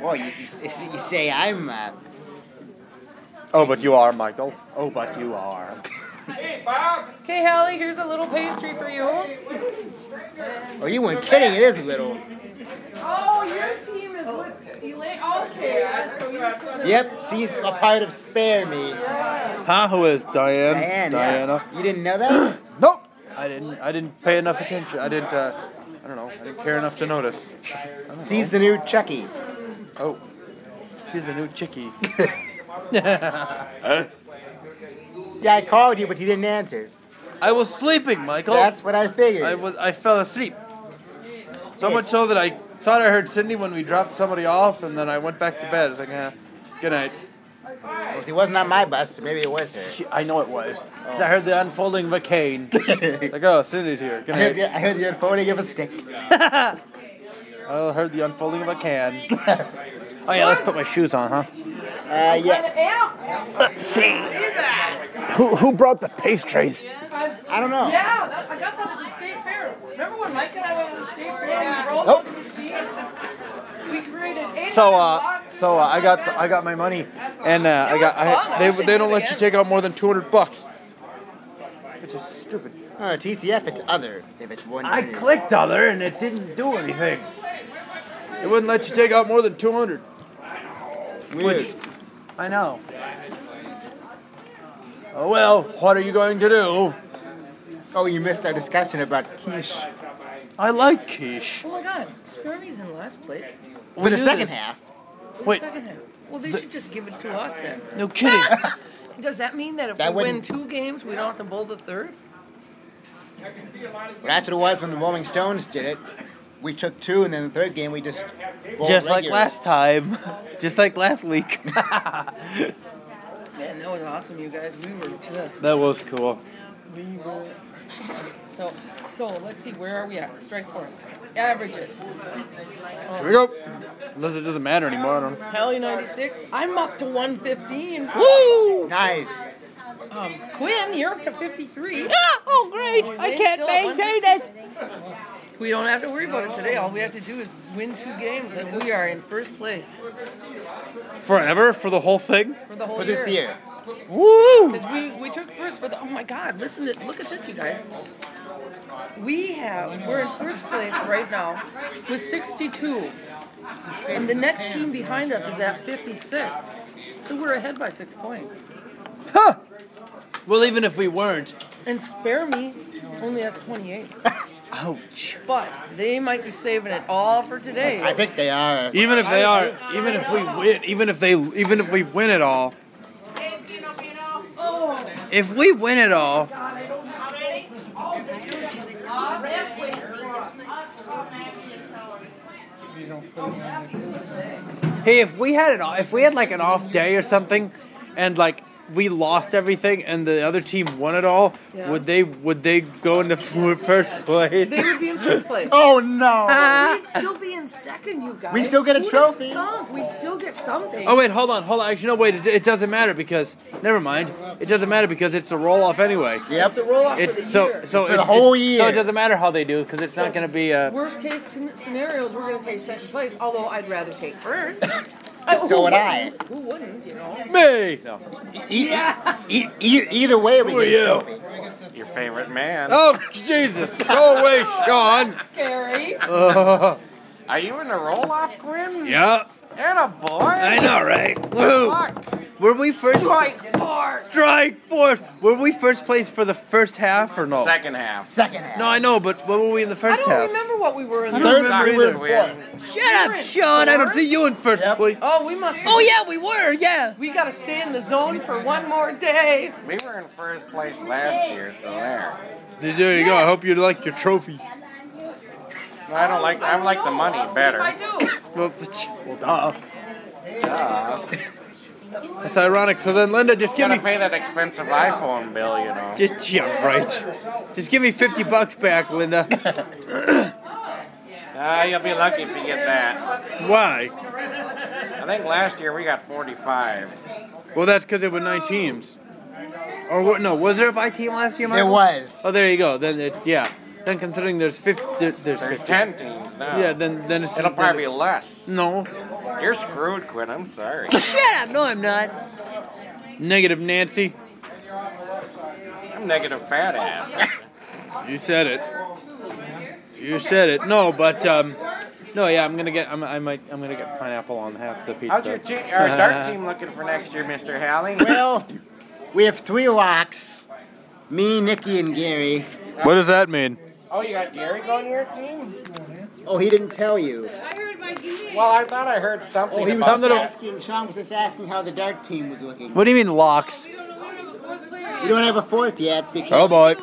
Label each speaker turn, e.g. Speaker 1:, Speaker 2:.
Speaker 1: Well, you, you, s- you say I'm. Uh,
Speaker 2: Oh, but you are, Michael. Oh, but you are.
Speaker 3: Hey, Bob!
Speaker 4: Okay, Hallie, here's a little pastry for you.
Speaker 1: oh, you weren't kidding. It is little.
Speaker 4: Oh, your team is with Elaine. Okay, that's- so you're sort of-
Speaker 1: Yep, she's a part of Spare Me.
Speaker 2: Huh? Who is Diane?
Speaker 1: Diane, yeah.
Speaker 2: Diana.
Speaker 1: You didn't know that?
Speaker 2: Nope. I didn't. I didn't pay enough attention. I didn't. Uh, I don't know. I didn't care enough to notice.
Speaker 1: she's the new Chucky.
Speaker 2: Oh, she's a new chickie.
Speaker 1: Yeah, I called you, but you didn't answer.
Speaker 2: I was sleeping, Michael.
Speaker 1: That's what I figured.
Speaker 2: I was. I fell asleep. So much so that I thought I heard Cindy when we dropped somebody off, and then I went back to bed. I was like, eh, good night.
Speaker 1: She wasn't on my bus, so maybe it was her.
Speaker 2: She, I know it was. 'Cause I heard the unfolding of a cane. like, oh, Cindy's here. Good
Speaker 1: I heard
Speaker 2: night.
Speaker 1: the, I heard the unfolding of a stick. Uh,
Speaker 2: I heard the unfolding of a can. oh yeah, let's put my shoes on,
Speaker 1: Uh,
Speaker 2: huh?
Speaker 1: yes.
Speaker 4: Yeah,
Speaker 2: Who, who brought the pastries?
Speaker 4: I-
Speaker 1: I don't know.
Speaker 4: Yeah, that, I got that at the state fair. Remember when Mike and I went to the state fair and we rolled
Speaker 2: Nope.
Speaker 4: those machines? We created eight
Speaker 2: So, uh, so uh, I got the, I got my money, and uh, I
Speaker 4: It
Speaker 2: got
Speaker 4: was fun.
Speaker 2: I,
Speaker 4: I
Speaker 2: they
Speaker 4: wish I
Speaker 2: they
Speaker 4: did
Speaker 2: don't
Speaker 4: it
Speaker 2: let you
Speaker 4: again.
Speaker 2: take out more than two hundred bucks, which is stupid.
Speaker 1: Oh, TCF, it's other. If it's one.
Speaker 2: I
Speaker 1: hundred.
Speaker 2: clicked other and it didn't do anything. It wouldn't let you take out more than two hundred.
Speaker 1: Weird.
Speaker 2: I know. Oh well, what are you going to do?
Speaker 1: Oh, you missed our discussion about quiche.
Speaker 2: I like quiche.
Speaker 4: Oh my god, Spermy's in last place.
Speaker 1: For the
Speaker 2: do
Speaker 1: second
Speaker 2: this.
Speaker 1: half.
Speaker 2: Wait,
Speaker 4: Second half. Well, they should just give it to us then.
Speaker 2: no kidding.
Speaker 4: Does that mean that if
Speaker 1: That
Speaker 4: we win
Speaker 1: wouldn't-
Speaker 4: two games, we don't have to bowl the third?
Speaker 1: Well, that's what it was when the Rolling Stones did it. We took two, and then the third game we just. bowled
Speaker 2: Just like
Speaker 1: regular.
Speaker 2: last time. Just like last week.
Speaker 4: Man, that was awesome, you guys. We were just
Speaker 2: that was cool.
Speaker 4: we were. So, so let's see. Where are we at? Strike force averages.
Speaker 2: Here we go. Unless it doesn't matter anymore. I don't
Speaker 4: Hallie 96. I'm up to 115.
Speaker 2: Woo!
Speaker 1: Nice.
Speaker 4: Um, Quinn, you're up to 53.
Speaker 2: oh great!
Speaker 4: I can't maintain it. We don't have to worry about it today. All we have to do is win two games, and we are in first place
Speaker 2: Forever for the whole thing?
Speaker 4: for the whole
Speaker 1: For this year.
Speaker 2: Woo!
Speaker 4: Because we, we took first for the. Oh my God! Listen to look at this, you guys. We have we're in first place right now with 62, and the next team behind us is at 56. So we're ahead by six points.
Speaker 2: Well even if we weren't.
Speaker 4: And spare me only has 28.
Speaker 2: Ouch.
Speaker 4: But they might be saving it all for today.
Speaker 1: I think they are.
Speaker 2: Even if they are, even if we win, even if they, even if we win it all, if we win it all, hey, if we had it, if we had like an off day or something, and like we lost everything, and the other team won it all,
Speaker 4: Yeah.
Speaker 2: would they, would they go into first place?
Speaker 4: They would be in first place.
Speaker 1: Oh, no.
Speaker 4: We'd still be in second, you guys.
Speaker 1: We still get a
Speaker 4: Who'da
Speaker 1: trophy.
Speaker 4: thunk? We'd still get something.
Speaker 2: Oh wait, hold on, hold on. Actually, no, wait. It, it doesn't matter because never mind. It doesn't matter because it's a roll off anyway.
Speaker 4: It's the roll off for the
Speaker 2: It's so
Speaker 4: year.
Speaker 2: so
Speaker 1: For the
Speaker 2: it's-
Speaker 1: whole
Speaker 2: it's- So
Speaker 1: year.
Speaker 2: it doesn't matter how they do because it's not going to be. Uh,
Speaker 4: Worst case sc- scenarios, we're going to take second place. Although I'd rather take first. I- who
Speaker 1: So would I.
Speaker 4: wouldn't? Who wouldn't? You know.
Speaker 2: me. No.
Speaker 1: E-
Speaker 4: Yeah.
Speaker 1: e- e- either way, we
Speaker 2: Who are
Speaker 1: get a
Speaker 2: you?
Speaker 1: trophy.
Speaker 3: Your favorite man.
Speaker 2: Oh Jesus! Go away, Sean.
Speaker 4: Scary.
Speaker 3: Are you in a roll off, Quinn?
Speaker 2: Yeah.
Speaker 3: And a boy?
Speaker 2: I know, right? Woo.
Speaker 3: Fuck.
Speaker 2: Were we first?
Speaker 4: Right. Four.
Speaker 2: Strike force. Were we first place for the first half or no?
Speaker 3: Second half.
Speaker 1: Second half.
Speaker 2: No, I know, but what were we in the
Speaker 4: I
Speaker 2: first
Speaker 4: don't
Speaker 2: half?
Speaker 4: remember what we were in.
Speaker 2: I
Speaker 4: the
Speaker 2: don't
Speaker 1: Third,
Speaker 2: remember
Speaker 1: we
Speaker 2: either.
Speaker 1: were fourth.
Speaker 2: Shut up, Sean. I don't see you in first
Speaker 1: Yep.
Speaker 2: place.
Speaker 4: Oh, we must.
Speaker 2: Oh yeah, we were. Yeah.
Speaker 4: We got to stay in the zone for one more day.
Speaker 3: We were in first place last year, so there.
Speaker 2: There you go. I hope you liked your trophy.
Speaker 3: No, I don't like. I like the money better.
Speaker 2: Well, duh. That's ironic. So then, Linda, just give
Speaker 3: Gotta
Speaker 2: me
Speaker 3: pay that expensive iPhone bill, you know.
Speaker 2: just yeah, right. Just give me fifty bucks back, Linda.
Speaker 3: Ah, you'll be lucky if you get that.
Speaker 2: Why?
Speaker 3: I think last year we got 45.
Speaker 2: Well, that's because there were nine teams. Or what? No, was there a by team last year?
Speaker 1: There
Speaker 2: Michael?
Speaker 1: was.
Speaker 2: Oh, there you go. Then it, yeah. Then considering there's fifty, there, there's,
Speaker 3: There's
Speaker 2: 50.
Speaker 3: 10 teams now.
Speaker 2: Yeah. Then then it's
Speaker 3: It'll probably be less.
Speaker 2: no.
Speaker 3: You're screwed, Quinn. I'm sorry.
Speaker 2: Shut up! No, I'm not. Negative Nancy.
Speaker 3: I'm negative fat ass.
Speaker 2: You said it. You said it. No, but um, no, yeah, I'm gonna get. I'm, I might. I'm gonna get pineapple on half the pizza.
Speaker 3: How's your team, our dart team looking for next year, Mr. Halley?
Speaker 1: Well, we have three locks. Me, Nikki, and Gary.
Speaker 2: What does that mean?
Speaker 3: Oh, you got Gary going to your team?
Speaker 1: Oh, he didn't tell you.
Speaker 3: Well, I thought I heard something
Speaker 1: Oh, he was
Speaker 3: about
Speaker 1: just
Speaker 2: Something to-
Speaker 1: asking. Sean was just asking how the dart team was looking.
Speaker 2: What do you mean locks?
Speaker 1: We don't have a fourth yet because
Speaker 2: Oh boy.